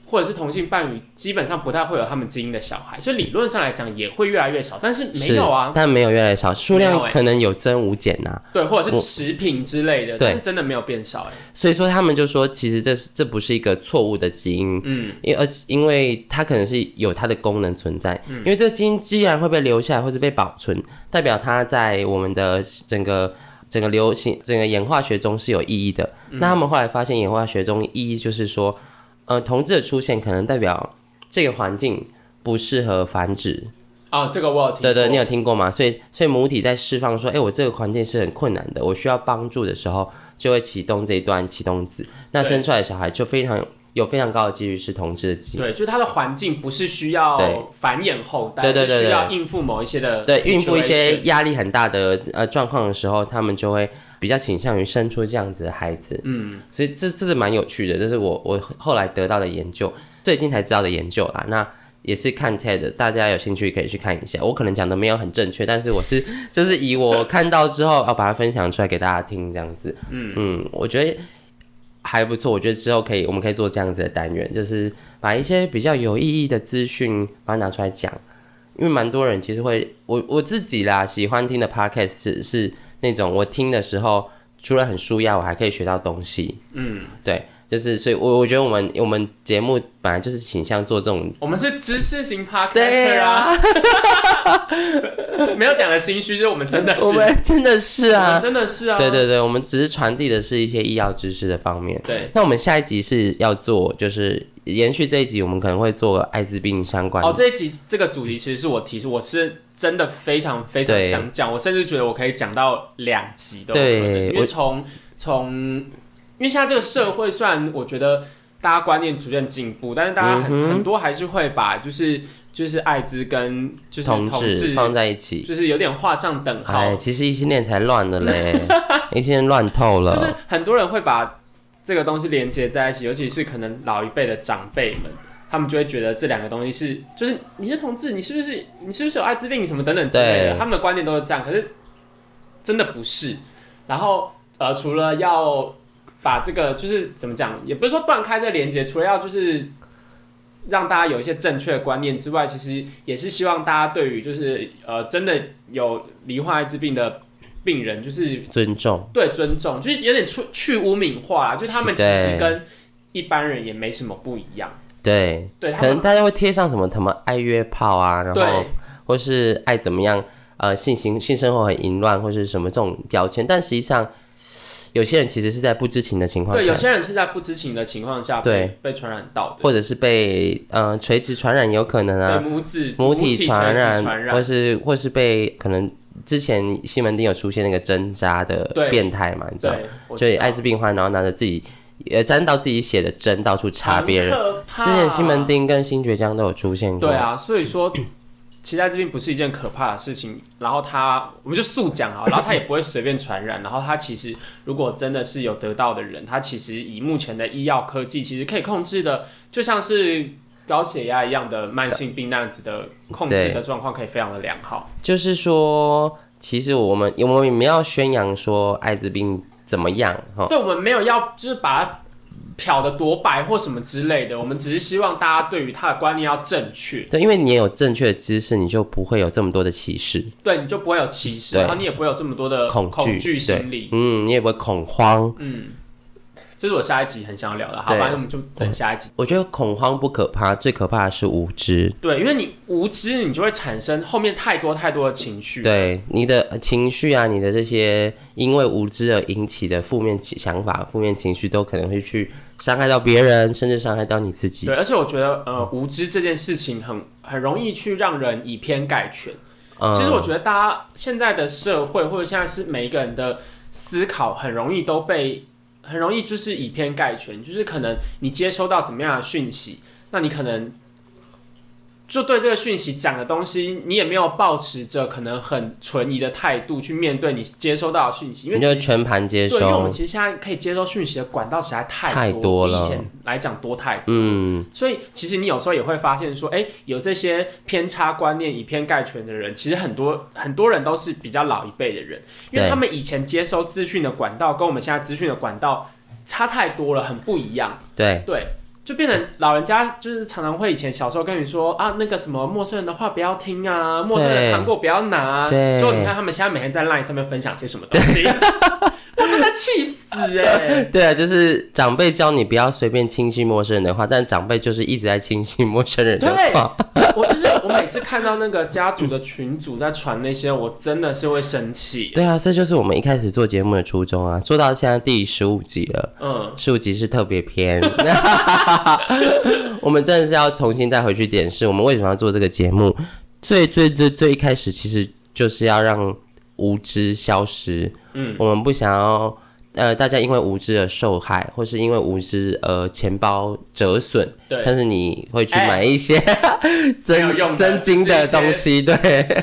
S2: 或者是同性伴侣，基本上不太会有他们基因的小孩，所以理论上来讲也会越来越少，但是
S1: 是
S2: 没有啊，
S1: 但没有越来越少，数
S2: 没有
S1: 量
S2: 欸
S1: 可能有增无减呐、
S2: 对，或者
S1: 我
S2: 是食品之类的，
S1: 对
S2: 但是真的没有变少、哎，
S1: 所以说他们就说，其实这这不是一个错误的基因，
S2: 嗯，
S1: 因为而且因为它可能是有它的功能存在，因为这个基因既然会被留下来或是被保存，代表它在我们的整个整个流行整个演化学中是有意义的。那他们后来发现演化学中意义就是说，呃，同志的出现可能代表这个环境不适合繁殖，
S2: 哦，这个我有听过，
S1: 对对，你有听过吗？所以所以母体在释放说，哎、我这个环境是很困难的，我需要帮助的时候，就会启动这一段启动子，那
S2: 对
S1: 生出来的小孩就非常有非常高的几率是同志的基因。
S2: 对，就是它的环境不是需
S1: 对
S2: 要繁衍后代，
S1: 对对对
S2: 是需
S1: 对
S2: 要应付某一些的
S1: 对，孕妇一
S2: situation
S1: 些压力很大的呃状况的时候，他们就会比较倾向于生出这样子的孩子。
S2: 嗯，
S1: 所以这这是蛮有趣的，这是我我后来得到的研究，最近才知道的研究啦。那也是看 TED，大家有兴趣可以去看一下。我可能讲的没有很正确，但是我是 就是以我看到之后，要哦把它分享出来给大家听，这样子。嗯嗯，我觉得还不错。我觉得之后可以，我们可以做这样子的单元，就是把一些比较有意义的资讯把它拿出来讲，因为蛮多人其实会，我我自己啦喜欢听的 podcast 是是那种我听的时候。除了很舒压，我还可以学到东西。
S2: 嗯，
S1: 对，就是所以我，我觉得我们我们节目本来就是倾向做这种，
S2: 我们是知识型 podcaster
S1: 对
S2: 啊，
S1: 啊，
S2: 没有讲的心虚，就是我们真 的 是，
S1: 我们真的是
S2: 我们
S1: 啊，
S2: 真的是啊，
S1: 对对对，我们只是传递的是一些医药知识的方面。
S2: 对
S1: 那我们下一集是要做，就是延续这一集，我们可能会做艾滋病相关的。
S2: 哦，这一集这个主题其实是我提出，我是真的非常非常
S1: 对
S2: 想讲，我甚至觉得我可以讲到两集都有可
S1: 对
S2: 能，因
S1: 我
S2: 为从从因为现在这个社会，虽然我觉得大家观念逐渐进步，但是大家
S1: 嗯
S2: 很、很多还是会把就是就是艾滋跟就是
S1: 同
S2: 志
S1: 志放在一起，
S2: 就是有点画上等号，
S1: 哎，其实异性恋才乱了 嘞，异性恋乱透了。
S2: 就是很多人会把这个东西连接在一起，尤其是可能老一辈的长辈们，他们就会觉得这两个东西是，就是你是同志，你是不是你是不是有艾滋病什么等等之类的，
S1: 对
S2: 他们的观念都是这样，可是真的不是。然后呃，除了要把这个就是怎么讲，也不是说断开这连接，除了要就是。让大家有一些正确的观念之外，其实也是希望大家对于就是呃真的有罹患艾滋病的病人，就是
S1: 尊重，
S2: 对尊重，就是有点去去污名化啦，就是他们其实
S1: 对
S2: 跟一般人也没什么不一样，
S1: 对，
S2: 对他
S1: 可能
S2: 们
S1: 大家会贴上什么什么爱约炮啊，然后
S2: 对
S1: 或是爱怎么样，呃，性行性生活很淫乱，或是什么这种标签，但实际上有些人其实是在不知情的情况
S2: 对，有
S1: 下，
S2: 些人是在不知情的情况下被被传染到的，
S1: 或者是被呃垂直传染有可能
S2: 对
S1: 啊，
S2: 母子
S1: 母
S2: 体
S1: 体传染，
S2: 染，传
S1: 或是或是被可能之前西门町有出现那个针扎的
S2: 对
S1: 变态嘛，你知道，
S2: 对，我
S1: 就
S2: 知
S1: 以
S2: 道
S1: 艾滋病患，然后拿着自己呃沾到自己血的针到处插别人
S2: 很，可怕啊
S1: 之前西门町跟新爵江都有出现过，
S2: 对啊，所以说。其实艾滋病不是一件可怕的事情，然后它我们就速讲啊，然后它也不会随便传染，然后它其实如果真的是有得到的人，它其实以目前的医药科技，其实可以控制的，就像是高血压一样的慢性病那样子的控制
S1: 对
S2: 的状况，可以非常的良好。
S1: 就是说，其实我们我们也没有宣扬说艾滋病怎么样哈，
S2: 对，我们没有要就是把它漂的多白或什么之类的，我们只是希望大家对于它的观念要正确，
S1: 对，因为你有正确的知识，你就不会有这么多的歧视，
S2: 对，你就不会有歧视，
S1: 对
S2: 然后你也不会有这么多的
S1: 恐惧
S2: 惧心理。
S1: 嗯，你也不会恐慌，
S2: 嗯，这是我下一集很想要聊的。好，
S1: 对
S2: 反正我们就等下一集。
S1: 我觉得恐慌不可怕，最可怕的是无知。
S2: 对，因为你无知，你就会产生后面太多太多的情绪。
S1: 对你的情绪啊，你的这些因为无知而引起的负面情想法、负面情绪，都可能会去伤害到别人，甚至伤害到你自己。
S2: 对，而且我觉得呃，无知这件事情很很容易去让人以偏概全。
S1: 嗯
S2: 其实我觉得大家现在的社会，或者现在是每一个人的思考，很容易都被很容易就是以偏概全，就是可能你接收到怎么样的讯息，那你可能就对这个讯息讲的东西，你也没有保持着可能很存疑的态度去面对你接收到的讯息，因为
S1: 嗯你就
S2: 其实
S1: 全盘接
S2: 对，因为我
S1: 收
S2: 们，其实现在可以接收讯息的管道实在太
S1: 太多了
S2: 比以前来讲多太多
S1: 嗯，
S2: 所以其实你有时候也会发现说，哎、有这些偏差观念以偏概全的人，其实很多很多人都是比较老一辈的人，因为
S1: 对
S2: 他们以前接收资讯的管道跟我们现在资讯的管道差太多了，很不一样。
S1: 对，
S2: 对，就变成老人家就是常常会以前小时候跟你说啊，那个什么陌生人的话不要听啊，陌生人的糖果不要拿、啊。
S1: 对
S2: 就你看他们现在每天在 LINE 上面分享些什么东西， 我真的气死哎、
S1: 对啊，就是长辈教你不要随便轻信陌生人的话，但长辈就是一直在轻信陌生人的话。
S2: 我就是我每次看到那个家族的群主在传那些，我真的是会生气。
S1: 对啊，这就是我们一开始做节目的初衷啊，做到现在第十五集了。
S2: 嗯，
S1: 十五集是特别 篇， 我们真的是要重新再回去检视我们为什么要做这个节目。最最最最一开始其实就是要让无知消失，
S2: 嗯，
S1: 我们不想要呃大家因为无知而受害，或是因为无知而钱包折损，
S2: 对
S1: 像是你会去
S2: 哎
S1: 买一些
S2: 没有用
S1: 增
S2: 的
S1: 增金的东西，对，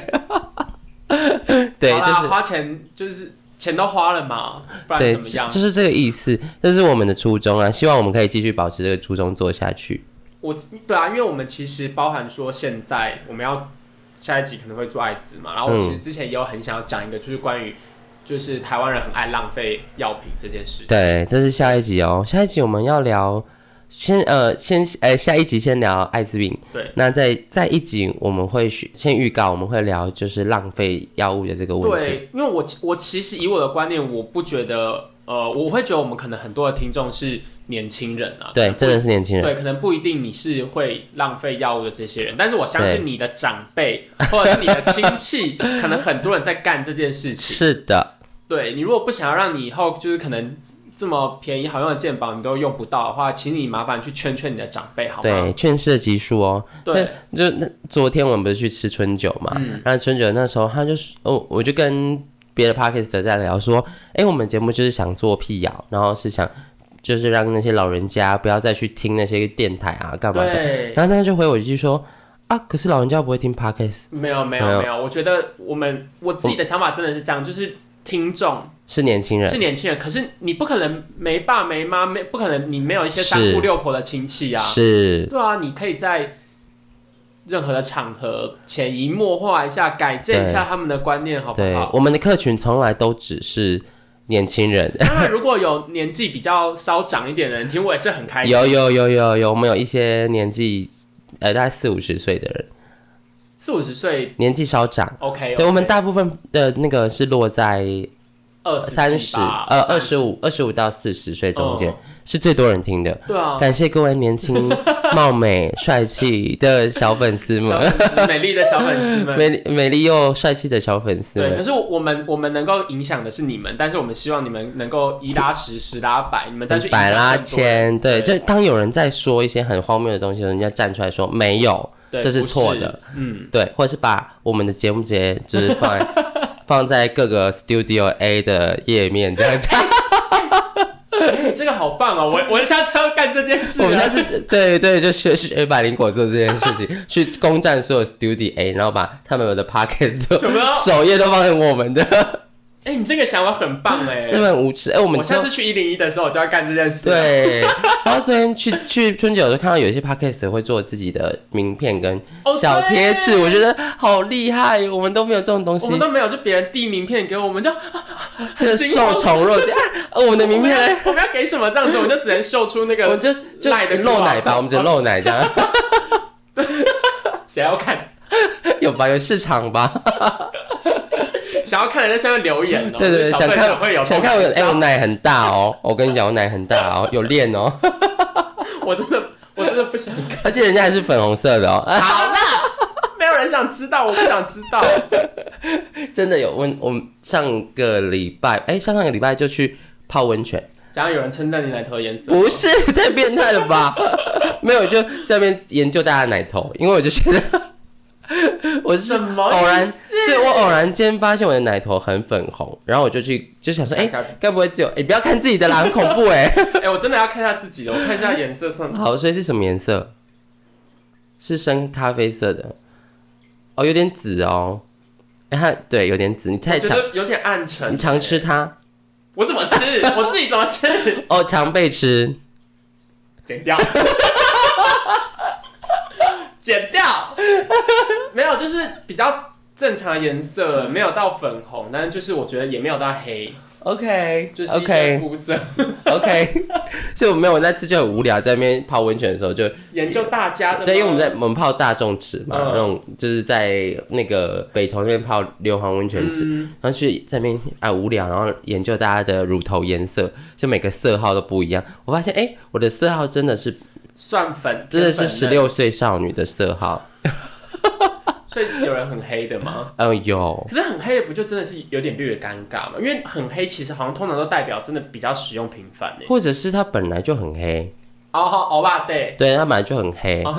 S1: 对，
S2: 好
S1: 就
S2: 啦
S1: 是
S2: 花钱就是钱都花了嘛，不然
S1: 对，
S2: 怎么样
S1: 就？是这个意思，这是我们的初衷啊，希望我们可以继续保持这个初衷做下去。
S2: 我对啊，因为我们其实包含说现在我们要下一集可能会做艾滋嘛，然后我
S1: 嗯
S2: 其实之前也有很想要讲一个，就是关于就是台湾人很爱浪费药品这件事。
S1: 对，这是下一集哦，下一集我们要聊。先呃，先呃，下一集先聊艾滋病。
S2: 对，
S1: 那在在一集我们会选先预告，我们会聊就是浪费药物的这个问题。
S2: 对，因为我其我其实以我的观念，我不觉得呃，我会觉得我们可能很多的听众是年轻人啊，
S1: 对，真的是年轻人。
S2: 对，可能不一定你是会浪费药物的这些人，但是我相信你的长辈或者是你的亲戚，可能很多人在干这件事情。
S1: 是的，
S2: 对你如果不想要让你以后就是可能这么便宜好用的健保你都用不到的话，请你麻烦去劝劝你的长辈好吗？
S1: 对，劝世的集数哦。
S2: 对
S1: 就那昨天我们不是去吃春酒嘛？
S2: 嗯
S1: 那春酒那时候他就是，哦，我就跟别的 p a r k e t 在聊说，哎、我们节目就是想做辟谣，然后是想就是让那些老人家不要再去听那些电台啊干嘛的。
S2: 对，
S1: 然后他就回我一句说，啊，可是老人家不会听 p a r k e t
S2: 没有没
S1: 没有
S2: 有没有，我觉得我们我自己的想法真的是这样，就是听众
S1: 是年轻人。
S2: 是年轻人，可是你不可能没爸没妈，没不可能你没有一些三
S1: 是
S2: 姑六婆的亲戚啊，
S1: 是，
S2: 对啊，你可以在任何的场合潜移默化一下，改正一下他们的观念，好不
S1: 对，
S2: 好？
S1: 我们的客群从来都只是年轻人。
S2: 当然，如果有年纪比较稍长一点的人听，我也是很开心。
S1: 有有有有有，我们有一些年纪，呃，大概四五十岁的人，
S2: 四五十岁
S1: 年纪稍长。
S2: ，OK，
S1: 对，我们大部分的那个是落在
S2: 二
S1: 三十呃二十，五二十五到四十岁中
S2: 哦
S1: 间、是最多人听的。
S2: 对啊，
S1: 感谢各位年轻、貌美、帅气的小粉丝
S2: 小
S1: 们，
S2: 粉丝美丽的小粉丝 们。
S1: 美丽美丽又帅气的小粉丝
S2: 对，
S1: 们
S2: 可。是我们我们能够影响的是你们，但是我们希望你们能够一拉十，十拉百，你们再去影响
S1: 百拉
S2: 更多人
S1: 千，对，
S2: 对
S1: 就当有人在说一些很荒谬的东西的时候，人家站出来说没有，
S2: 对
S1: 这是
S2: 不是
S1: 错的，
S2: 嗯，
S1: 对，或者是把我们的节目直接就是放 在放在各个 Studio A 的页面这样子。
S2: 哎 这个好棒哦！我我下次要干这件事 啊。
S1: 我们下次对对，就学学百灵果做这件事 情，去攻占所有 Studio A，然后把他们的 Podcast
S2: 全部都
S1: 的首页都放成我们的，
S2: 哎、你这个想法很棒 哎、
S1: 是不是很无耻？哎，我们
S2: 我
S1: 之后
S2: 下次啊去一零一的时候，我就要干这件事。，
S1: 对，然后昨天去去春酒的时候，看到有一些 podcast 会做自己的名片跟
S2: 哦
S1: 小贴纸，
S2: 对
S1: 我觉得好厉害，我们都没有这种东
S2: 我
S1: 西
S2: 们，都没有，就别人递名片给我们，就
S1: 这个
S2: 惊
S1: 受
S2: 慌
S1: 宠若惊。啊呃啊我们的名
S2: 我们
S1: 片
S2: 要，我们要给什么这样子，我们就只能秀出那
S1: 呢，我们
S2: 个
S1: 就就
S2: 赖啊的
S1: 露奶
S2: QR
S1: 吧，我们只露奶这样，
S2: 谁要看。
S1: 有吧，有市场吧。
S2: 想要看的在下面留言哦。
S1: 对对
S2: 就
S1: 对，
S2: 是小
S1: 想
S2: 朋友会有
S1: 看想看我
S2: 有
S1: 的，哎、我奶很大哦，我跟你讲，我奶很大哦，有练哦，
S2: 我真的我真的不想看。
S1: 而且人家还是粉红色的哦，啊、
S2: 好了，没有人想知道，我不想知道。
S1: 真的有温，我们上个礼拜，哎、上上个礼拜就去泡温泉，
S2: 怎样有人称赞你奶头的颜色？
S1: 不是太变态了吧？ 没有，我就在那边研究大家的奶头，因为我就觉得我是
S2: 什么
S1: 偶
S2: 意
S1: 然，
S2: 思
S1: 就我偶然间发现我的奶头很粉红，然后我就去就想说，哎、
S2: 看一下自己
S1: 该不会只有？哎、不要看自己的啦，很恐怖哎、
S2: 哎、我真的要看一下自己的，我看一下颜色算。
S1: 好，所以是什么颜色？是深咖啡色的，哦，有点紫哦。哎、它对，有点紫。你太
S2: 觉
S1: 常
S2: 得有点暗沉。
S1: 你常吃？它
S2: 我怎么吃？我自己怎么吃？
S1: 哦，常被吃。
S2: 剪掉， 剪掉。没有，就是比较正常的颜
S1: 嗯
S2: 色，没有到粉红，但是就是我觉得也没有到黑，
S1: OK，
S2: 就是一些
S1: OK
S2: 肤色。
S1: OK，所以 我没有，我那次就很无聊，在那边泡温泉的时候就
S2: 研究大家的吗，
S1: 对，因为我们在我们泡大众池嘛，
S2: 嗯
S1: 那种就是在那个北投那边泡硫磺温泉池，
S2: 嗯，
S1: 然后去在那边啊无聊，然后研究大家的乳头颜色，就每个色号都不一样。我发现哎、我的色号真的是
S2: 蒜粉
S1: 真的是
S2: 偏
S1: 十
S2: 粉
S1: 六岁少女的色号。
S2: 所以有人很黑的 吗？
S1: 嗯，有，
S2: 可是很黑的不就真的是有点略尴尬嘛？因为很黑其实好像通常都代表真的比较使用欸频繁 诶。
S1: 或者是她本来就很黑，
S2: 哦好欧巴对，
S1: 对，她本来就很黑，
S2: 哦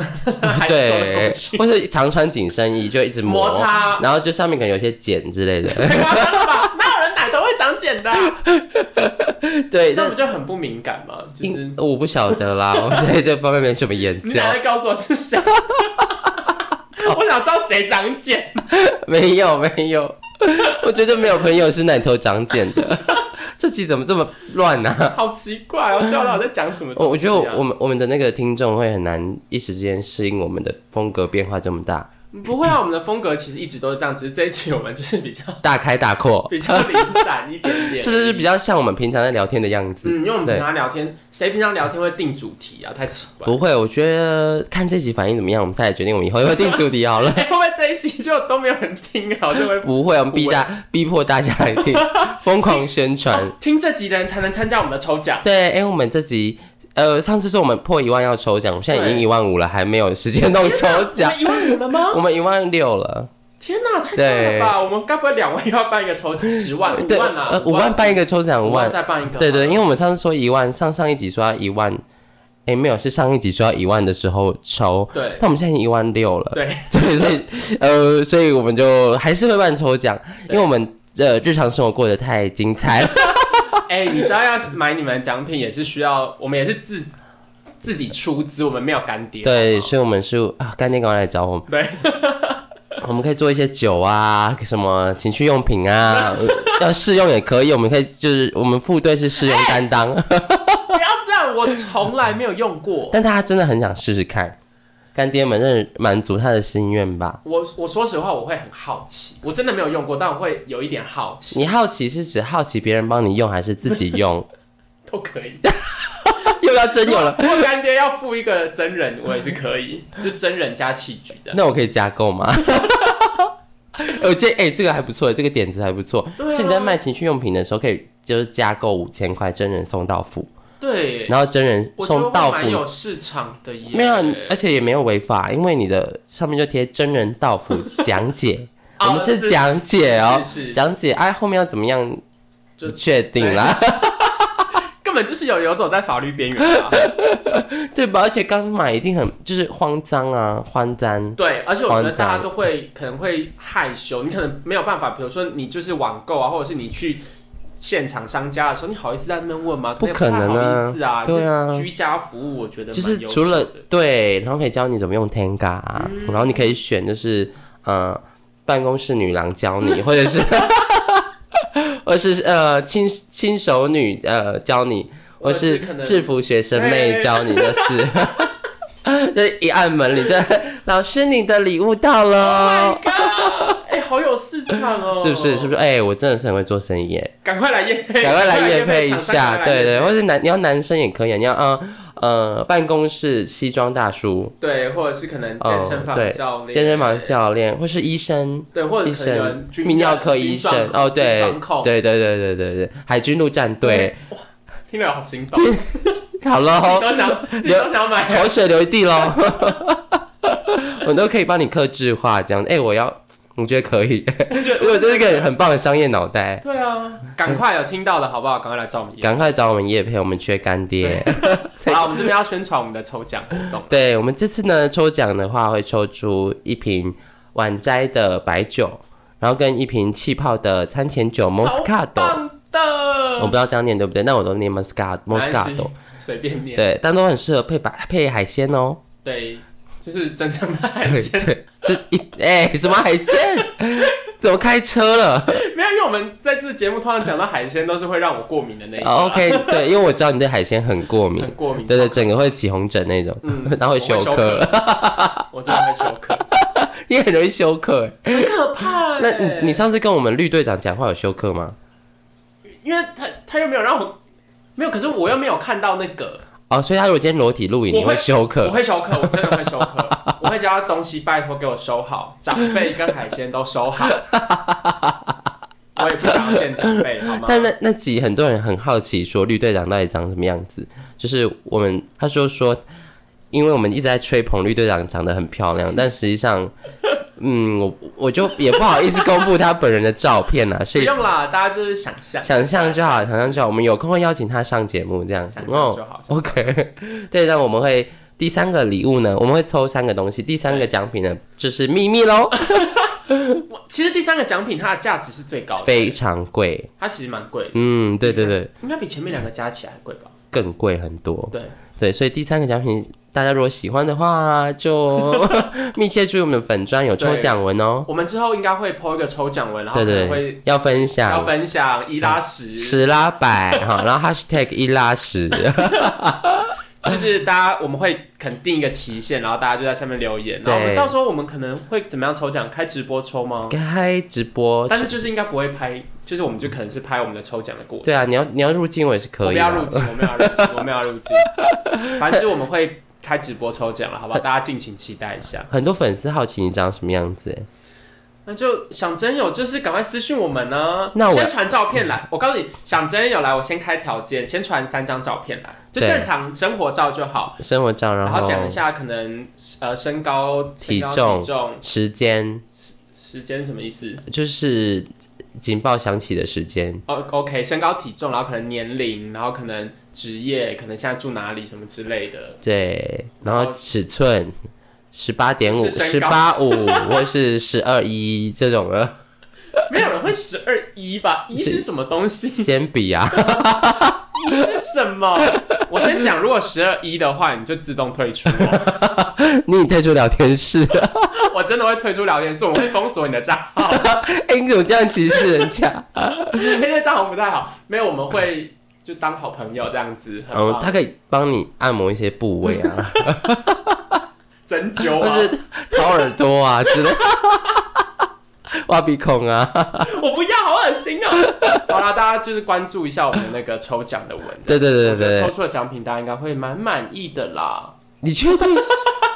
S2: 还是说得
S1: 对
S2: 过去，
S1: 或者常穿紧身衣就一直磨，
S2: 摩擦
S1: 然后就上面可能有些茧之类 的，
S2: 太夸张了吧？哪有人奶头会长 茧的啊？
S1: 对，
S2: 这样
S1: 但
S2: 不就很不敏感吗？就是
S1: 因我不晓得 啦，我对这方面没什么研
S2: 你
S1: 究，
S2: 奶奶告诉我 是谁？我想知道谁长茧。
S1: 没有没 有，我觉得没有朋友是奶头长茧的，这集怎么这么乱呢、啊？
S2: 好奇怪哦，不知道我在讲什么东
S1: 我我
S2: 西
S1: 觉
S2: 啊、
S1: 得我们我们的那个听众会很难一时之间适应我们的风格变化这么大，
S2: 不会啊，我们的风格其实一直都是这样，只是这一期我们就是比较
S1: 大开大阔，
S2: 比较零散一点点。
S1: 这就是比较像我们平常在聊天的样子。
S2: 嗯，因为我们
S1: 对
S2: 平常聊天，谁平常聊天会定主题啊？太奇怪。
S1: 不会，我觉得看这集反应怎么样，我们再来决定我们以后要不要定主题好 了。
S2: 哎、会不会这一集就都没有人听啊？我就会
S1: 不会，我们逼大逼迫大家来 听，疯狂宣传。
S2: 哦听这集的人才能参加我们的抽奖。
S1: 对，哎、我们这集呃，上次说我们破一万要抽奖，我们现在已经
S2: 对
S1: 一万五了，还没有时间弄抽 奖，
S2: 天哪我们一万五了吗？
S1: 我们一万六了。
S2: 天哪，太棒了吧！我们该不会两万又要办一个抽奖？十万、五
S1: 对，
S2: 万啊
S1: 呃，，五万办一个抽奖，
S2: 五
S1: 五
S2: 万
S1: 万。
S2: 再办一个。
S1: 对对，因为我们上次说一万，上上一集说要一万，哎、没有，是上一集说要一万的时候抽，
S2: 对
S1: 但我们现在已经一万六了。
S2: 对，
S1: 对，所以呃，所以我们就还是会办抽奖，因
S2: 对
S1: 为我们呃日常生活过得太精彩了。
S2: 哎、你知道要买你们的奖品也是需要，我们也是自自己出资，我们没有干爹。
S1: 对，
S2: 好
S1: 所以我们是啊，干爹赶快来找我们，
S2: 不好对，
S1: 我们可以做一些酒啊，什么情趣用品啊，呃要试用也可以，我们可以就是我们副队是试用担当，
S2: 不要这样，我从来没有用过。
S1: 但大家真的很想试试看，干爹们认满足他的心愿吧。
S2: 我我说实话，我会很好奇，我真的没有用过，但我会有一点好奇，
S1: 你好奇是指好奇别人帮你用还是自己用？
S2: 都可以。
S1: 又要真有了，
S2: 如果干爹要付一个真人，我也是可以，就真人加器具的。
S1: 那我可以加购 吗？我觉得哎、这个还不错，这个点子还不错。
S2: 对啊
S1: 就你在卖情趣用品的时候，可以就是加购五千块，真人送到府，
S2: 对，
S1: 然后真人
S2: 我觉得
S1: 送
S2: 会
S1: 到
S2: 蛮
S1: 府，
S2: 有市场的耶。
S1: 没有，而且也没有违法，因为你的上面就贴真人到府讲 解，我们是讲解哦，
S2: 哦是是，
S1: 讲解，哎，后面要怎么样？
S2: 就
S1: 不确定啦，
S2: 根本就是有游走在法律边缘啊。
S1: 对吧？而且刚买一定很就是慌张啊，慌张，
S2: 对，而且我觉得
S1: 还债
S2: 大家都会可能会害羞，你可能没有办法，比如说你就是网购啊，或者是你去现场商家的时候，你好意思在那边问吗？
S1: 不可能啊
S2: 不太好意思啊，
S1: 对啊
S2: 就是居家服务我觉得蛮
S1: 就是
S2: 优秀
S1: 除了
S2: 的嗯
S1: 对，然后可以教你怎么用 Tenga，、啊然后你可以选就是呃办公室女郎教你，或 者是或是呃亲亲手女呃教你，
S2: 或
S1: 或
S2: 者是
S1: 是
S2: 可能
S1: 制服学生妹
S2: 对
S1: 教你，就是 就一按门铃就老师你的礼物到了
S2: Oh my。god！哎、 好有市场哦，
S1: 是不是？是不是？哎、我真的是很会做生 意耶！
S2: 赶快来验，
S1: 赶快来
S2: 验
S1: 夜配一下，对对，或是男你要男生也可以啊，你要嗯呃呃办公室西装大叔、
S2: 对，或者是可能健身
S1: 哦对
S2: 房教练、
S1: 健身房教练或是医生、
S2: 对，或者
S1: 医
S2: 可能有
S1: 生
S2: 人、军
S1: 泌尿科医生哦，对，
S2: 军状控
S1: 对对对对对对，海军陆战队，
S2: 听了好心动，自己
S1: 好 喽，
S2: 都想自己都想 买。
S1: 口水流一地喽，我都可以帮你克制化这样。哎、我要，我觉得可以，
S2: 如
S1: 我这是一个很棒的商业脑袋，
S2: 对啊，赶快有听到的好不好？赶快来找我们 演。
S1: 赶快找我们叶配，我们缺干爹。
S2: 好啦，我们这边要宣传我们的抽奖活动。
S1: 对我们这次呢抽奖的话，会抽出一瓶晚摘的白酒，然后跟一瓶气泡的餐前酒 Moscato。
S2: 棒啊
S1: 我不
S2: 的，
S1: 知道这样念对不对，那我都念 Moscato
S2: 没关系
S1: Moscato。
S2: 随便念。
S1: 对，但都很适合配白配海鲜哦。
S2: 对，就是真正的 海 鲜。
S1: 对，这一哎、什么海鲜？ 怎么开车了、
S2: 没有，因为我们在这节目通常讲到海鲜，都是会让我过敏的那一种，
S1: o k 对，因为我知道你对海鲜很过敏，
S2: 很过敏。
S1: 哦对对，整个会起红疹那种，
S2: 嗯
S1: 然后会休克，，
S2: 我会休克我真的会休克，
S1: 也很容易休克。
S2: 很可怕欸。
S1: 那你你上次跟我们绿队长讲话有休克吗？
S2: 因为他他又没有让我，没有，可是我又没有看到那个，
S1: 哦，所以他如果今天裸体录影，
S2: 我
S1: 你
S2: 会
S1: 会休
S2: 我
S1: 克。
S2: 会休克，我真的会休克， 我会叫他东西拜托给我收好，长辈跟海鲜都 收好，我也不想要见长辈，好吗？
S1: 但那那集很多人很好奇，说绿队长到底长什么样子？就是我们他说说，因为我们一直在吹捧绿队长长得很漂 亮，但实际上，嗯，我我就也不好意思公布他本人的照片 啦，
S2: 不
S1: 所以
S2: 用啦，大家就是想象，
S1: 想象就好，想象就好。我们有空会邀请他上节目，这样
S2: 想象就
S1: 哦
S2: 好。
S1: OK，对，那我们会第三个礼物呢，我们会抽三个东西，第三个奖品呢就是秘密喽，
S2: 哦我其实第三个奖品它的价值是最高的，
S1: 非常贵。
S2: 它其实蛮贵的，
S1: 嗯，对对对，
S2: 应该比前面两个加起来贵吧？
S1: 更贵很多。
S2: 对，
S1: 对，所以第三个奖品，大家如果喜欢的话， 就密切注意我们的粉砖有抽奖文哦。
S2: 我们之后应该会 PO 一个抽奖文，然
S1: 对嗯
S2: 后可能
S1: 对
S2: 会，
S1: 要分
S2: 要
S1: 享
S2: 分享一拉十，
S1: 十拉百哈，然后 hashtag 一拉 十，
S2: 就是大家我们会肯定一个期限，然后大家就在下面留言，然后我们
S1: 对
S2: 到时候我们可能会怎么样抽奖？开直播抽吗？
S1: 开直播。
S2: 但是就是应该不会拍，就是我们就可能是拍我们的抽奖的过程。
S1: 对啊，你要你要入境我也是
S2: 我
S1: 可
S2: 们
S1: 以
S2: 要入
S1: 啊。
S2: 境， 我们要入境，我们要入境。反正就是我们会开直播抽奖 了，好不好？大家敬请期待一下。
S1: 很多粉丝好奇你长什么样子，哎
S2: 那就想真有，就是赶快私讯我们呢、
S1: 那我
S2: 先传照片来。我告诉你，想真有来，我先开条件，先传三张照片来，就
S1: 对
S2: 正常生活照就好。
S1: 生活照，
S2: 哦然
S1: 然
S2: 后
S1: 后
S2: 讲一下可能呃身高、身
S1: 体
S2: 高、
S1: 重
S2: 体重、
S1: 时间，
S2: 时间什么意思？
S1: 就是警报响起的时间。
S2: 哦、o k 身高、体重，然后可能年龄，然后可能职业，可能现在住哪里什么之类的。
S1: 对，然后尺寸十八点五、
S2: 哦
S1: 十
S2: 是身
S1: 八五或是十二一这种的。
S2: 没有人会十二一吧？一是什么东西？
S1: 先比啊，
S2: 一是什么？ 我先讲，如果十二一的话，你就自动退出 哦。
S1: 你已退出聊天 室，
S2: 我真的会退出聊天室，我会封锁你的账号。
S1: 哎，你怎么这样歧视人家？
S2: 因为那账号不太好。没有，我们会就当好朋友这样子，很
S1: 然后哦
S2: 棒。
S1: 他可以帮你按摩一些部位啊，
S2: 针灸
S1: 或
S2: 啊，
S1: 是掏耳朵啊之 类，挖鼻孔啊，
S2: 我不要，好恶心哦。 好啦，大家就是关注一下我们那个抽奖的文。
S1: 对对对对
S2: 我觉得
S1: 对
S2: 抽，出的奖品大家应该会蛮满意的啦。
S1: 你确定？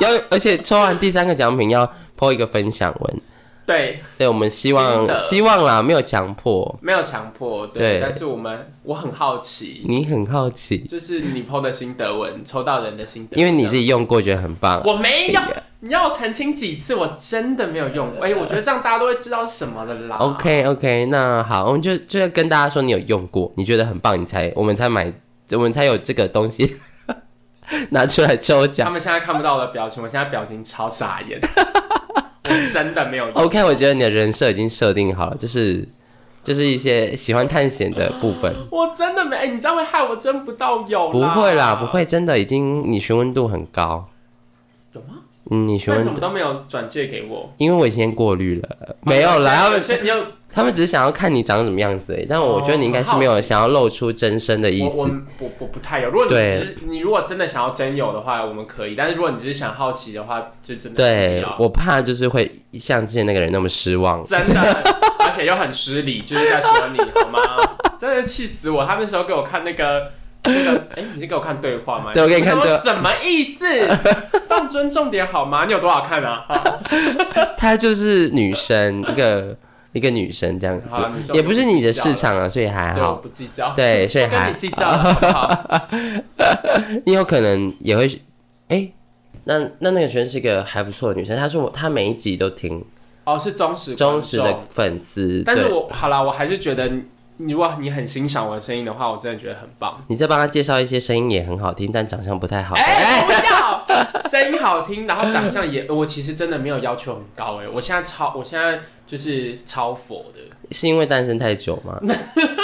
S1: 要而且抽完第三个奖品要 po 一个分享文，
S2: 对，
S1: 对我们希
S2: 新的
S1: 望希望啦，没有强迫。
S2: 没有强迫，对，
S1: 对
S2: 但是我们我很好奇，
S1: 你很好奇，
S2: 就是你 PO 的心得文，抽到人的心得文，
S1: 因为你自己用过，觉得很棒。
S2: 我没有，你要我澄清几次，我真的没有用过。哎、我觉得这样大家都会知道是什么的啦。
S1: OK OK，那好，我们就就要跟大家说你有用过，你觉得很棒，你才我们才买，我们才有这个东西 拿出来抽
S2: 他
S1: 奖。
S2: 们现在看不到我的表情，我现在表情超傻眼， 我真的没有用。
S1: OK，我觉得你的人设已经设定好了，就是就是一些喜欢探险的部分。
S2: 我真的没，哎、你这样会害我争不到有
S1: 不
S2: 啦。
S1: 会啦，不，会，真的已经你询问度很高。
S2: 有吗？
S1: 嗯，你询
S2: 那
S1: 问
S2: 你怎，么都没有转借给我？
S1: 因为我已经过滤了，没有啦，他
S2: 有
S1: 们
S2: 些你有
S1: 他们只是想要看你长什么样子而已，但我觉得你应该是没
S2: 哦很好
S1: 有
S2: 奇
S1: 想要露出真身的意
S2: 我我
S1: 思。
S2: 我我不太有。如果你只
S1: 对
S2: 是你如果真的想要真有的话，我们可以；但是如果你只是想好奇的话，就真的不
S1: 对
S2: 要，
S1: 我怕就是会像之前那个人那么失 望。
S2: 真 的很，而 且又很失礼，就是在说你好吗？真的气死我！他那时候给我看那个那个， 哎、你是给我看对话吗？
S1: 对我给你看
S2: 我
S1: 对
S2: 想
S1: 话
S2: 说什么意思？ 放尊重点好吗？你有多少看啊？好
S1: 她就是女生，一个 一个女生这样
S2: 好啊啦你
S1: 子，
S2: 说
S1: 也不是你的市场啊，所以还
S2: 对，我
S1: 好。
S2: 不计较，
S1: 对，所以
S2: 不跟
S1: 还
S2: 你计较了，好不 好？
S1: 你有可能也会，哎、那那那个学生是一个还不错的女生，她说我她每一集都听，
S2: 哦，是忠实观
S1: 忠
S2: 众
S1: 实的粉丝。
S2: 但是
S1: 对，
S2: 我好啦，我还是觉得你，如果你很欣赏我的声音的话，我真的觉得很棒。
S1: 你再帮她介绍一些声音也很好听，但长相不太好。
S2: 哎、不要，声音好听，然后长相也，我其实真的没有要求很高哎、我现在超，我现在就是超佛的，
S1: 是因为单身太久 吗？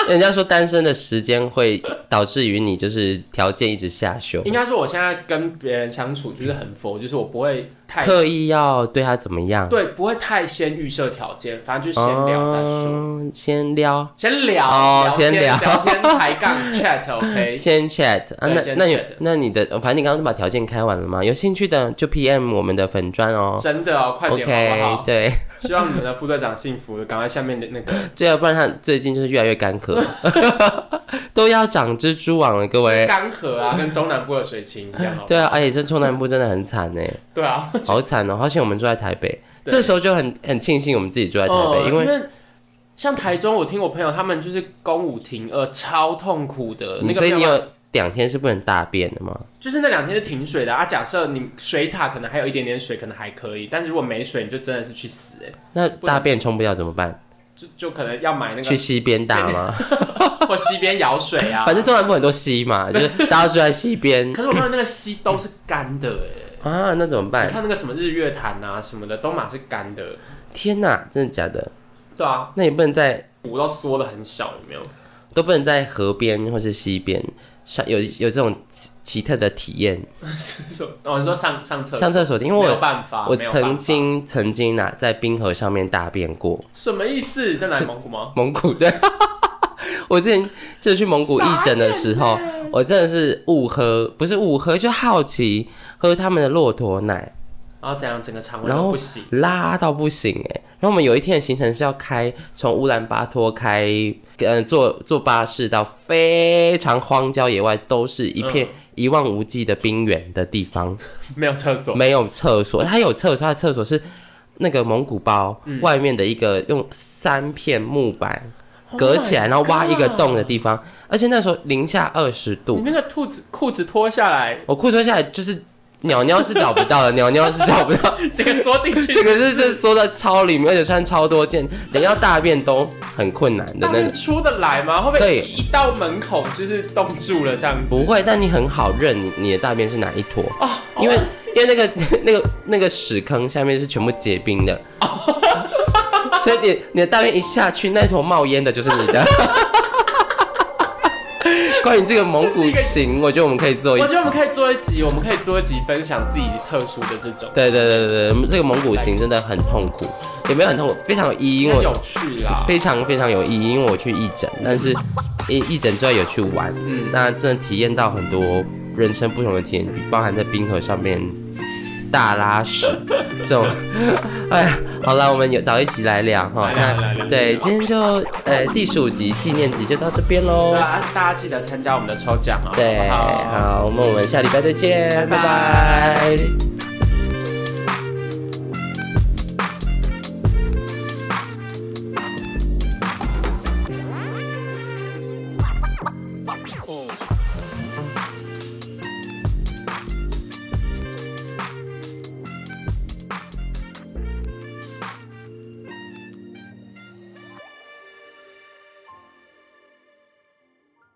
S1: 人家说单身的时间会导致于你就是条件一直下修，
S2: 应该说我现在跟别人相处就是很佛，就是我不会太
S1: 刻意要对他怎么样？
S2: 对，不会太先预设条件，反正就先聊再说，
S1: 哦先撩，
S2: 先聊，
S1: 哦
S2: 聊天
S1: 先聊
S2: 聊天抬杠 chat，OK，、
S1: 先 chat 啊。
S2: 对
S1: 那
S2: 先
S1: 那你
S2: chat
S1: 那你的，反正你刚刚就把条件开完了吗？有兴趣的就 PM 我们的粉砖哦。
S2: 真的哦，快点好
S1: OK，
S2: 不好？
S1: 对，
S2: 希望你们的副队长幸福，赶快下面的那个
S1: 这啊要不然他最近就是越来越干咳， 都要长蜘蛛网了，各位。
S2: 干涸啊，跟中南部的水情一样哦。
S1: 对啊，而且这中南部真的很惨呢，欸
S2: 对啊，
S1: 好惨哦！好险我们住在台北，
S2: 对
S1: 这时候就很很庆幸我们自己住在台
S2: 嗯
S1: 北，因为
S2: 像台中，我听我朋友他们就是公舞停呃超痛苦的，
S1: 你
S2: 那个
S1: 所以
S2: 没
S1: 你
S2: 有办法
S1: 有两天是不能大便的吗？
S2: 就是那两天是停水的啊。假设你水塔可能还有一点点水，可能还可以，但是如果没水，你就真的是去死哎、
S1: 那
S2: 不能
S1: 大便冲不掉怎么办？
S2: 就就可能要买那
S1: 去
S2: 个
S1: 溪边大吗？
S2: 或溪边舀水啊。
S1: 反正中南部很多溪嘛，就是大家住在溪边
S2: 可是我看到那个溪都是干的哎、
S1: 啊，那怎么办
S2: 你？看那个什么日月潭啊什么的，都马是干的。
S1: 天哪，真的假的？
S2: 对啊，
S1: 那你不能在
S2: 骨都缩的很小，有 没有？
S1: 都不能在河边或是溪边上有有这种奇奇特的体验，
S2: 是什么？哦，你说上上厕所？
S1: 上厕所的，因为
S2: 没有
S1: 我
S2: 办法，
S1: 我
S2: 没有办法
S1: 曾经曾经啊在冰河上面大便过，
S2: 什么意思？在哪里蒙古吗？
S1: 蒙古对。 我之前就去蒙古义诊的时候，我真的是误喝，不是误喝，就好奇喝他们的骆驼奶，
S2: 然后怎啊样，整个肠胃
S1: 然
S2: 都
S1: 后
S2: 不行。
S1: 拉到不行哎、然后我们有一天的行程是要开从乌兰巴托开，呃，坐坐巴士到非常荒郊野外，都是一
S2: 嗯
S1: 片一望无际的冰原的地方，
S2: 没有厕所，
S1: 没有厕所。它有厕所，它的厕所是那个蒙古包、
S2: 嗯
S1: 外面的一个用三片木板
S2: Oh
S1: 隔起来，
S2: my
S1: 然后挖一个
S2: God
S1: 洞的地方，而且那时候零下二十度
S2: 你，那个兔子裤子脱下来，
S1: 我裤脱下来就是鸟鸟是找不到的， 鸟鸟是找不到。
S2: 这个缩进去，
S1: 这个是这缩在超里面，而且穿超多 件，连要大便都很困难的
S2: 大
S1: 那
S2: 便
S1: 种。
S2: 出得来吗？会不会
S1: 对
S2: 一到门口就是冻住了这样？
S1: 不会，但你很好认你你的大便是哪一坨，
S2: 啊，
S1: 因为
S2: 哦
S1: 因为那个 那个那个屎坑下面是全部结冰 的，所以你你的大便一下去，那坨冒烟的就是你 的。关于这个蒙古
S2: 这是
S1: 行，我觉得我们可以做一
S2: 我
S1: 集
S2: 觉得。我们可以做一集，我们可以做一集分享自己特殊的这种，
S1: 对对对对对，这个蒙古行真的很痛苦，也没有很痛苦，非常有意义，因
S2: 应
S1: 为
S2: 该
S1: 我
S2: 有趣啦。
S1: 非常非常有意义，因为我去义诊，但是义义诊之后有去玩，
S2: 嗯
S1: 那真的体验到很多人生不同的体验，包含在冰河上面大拉 屎这种。哎呀，好了，我们有早一集来聊哈。
S2: 来聊来聊
S1: 那对，今天就呃第十五集纪念集就到这边喽
S2: 对。啊，大家记得参加我们的抽奖啊，
S1: 对，
S2: 好不好？
S1: 好，那我们下礼拜再见，
S2: 拜
S1: 拜拜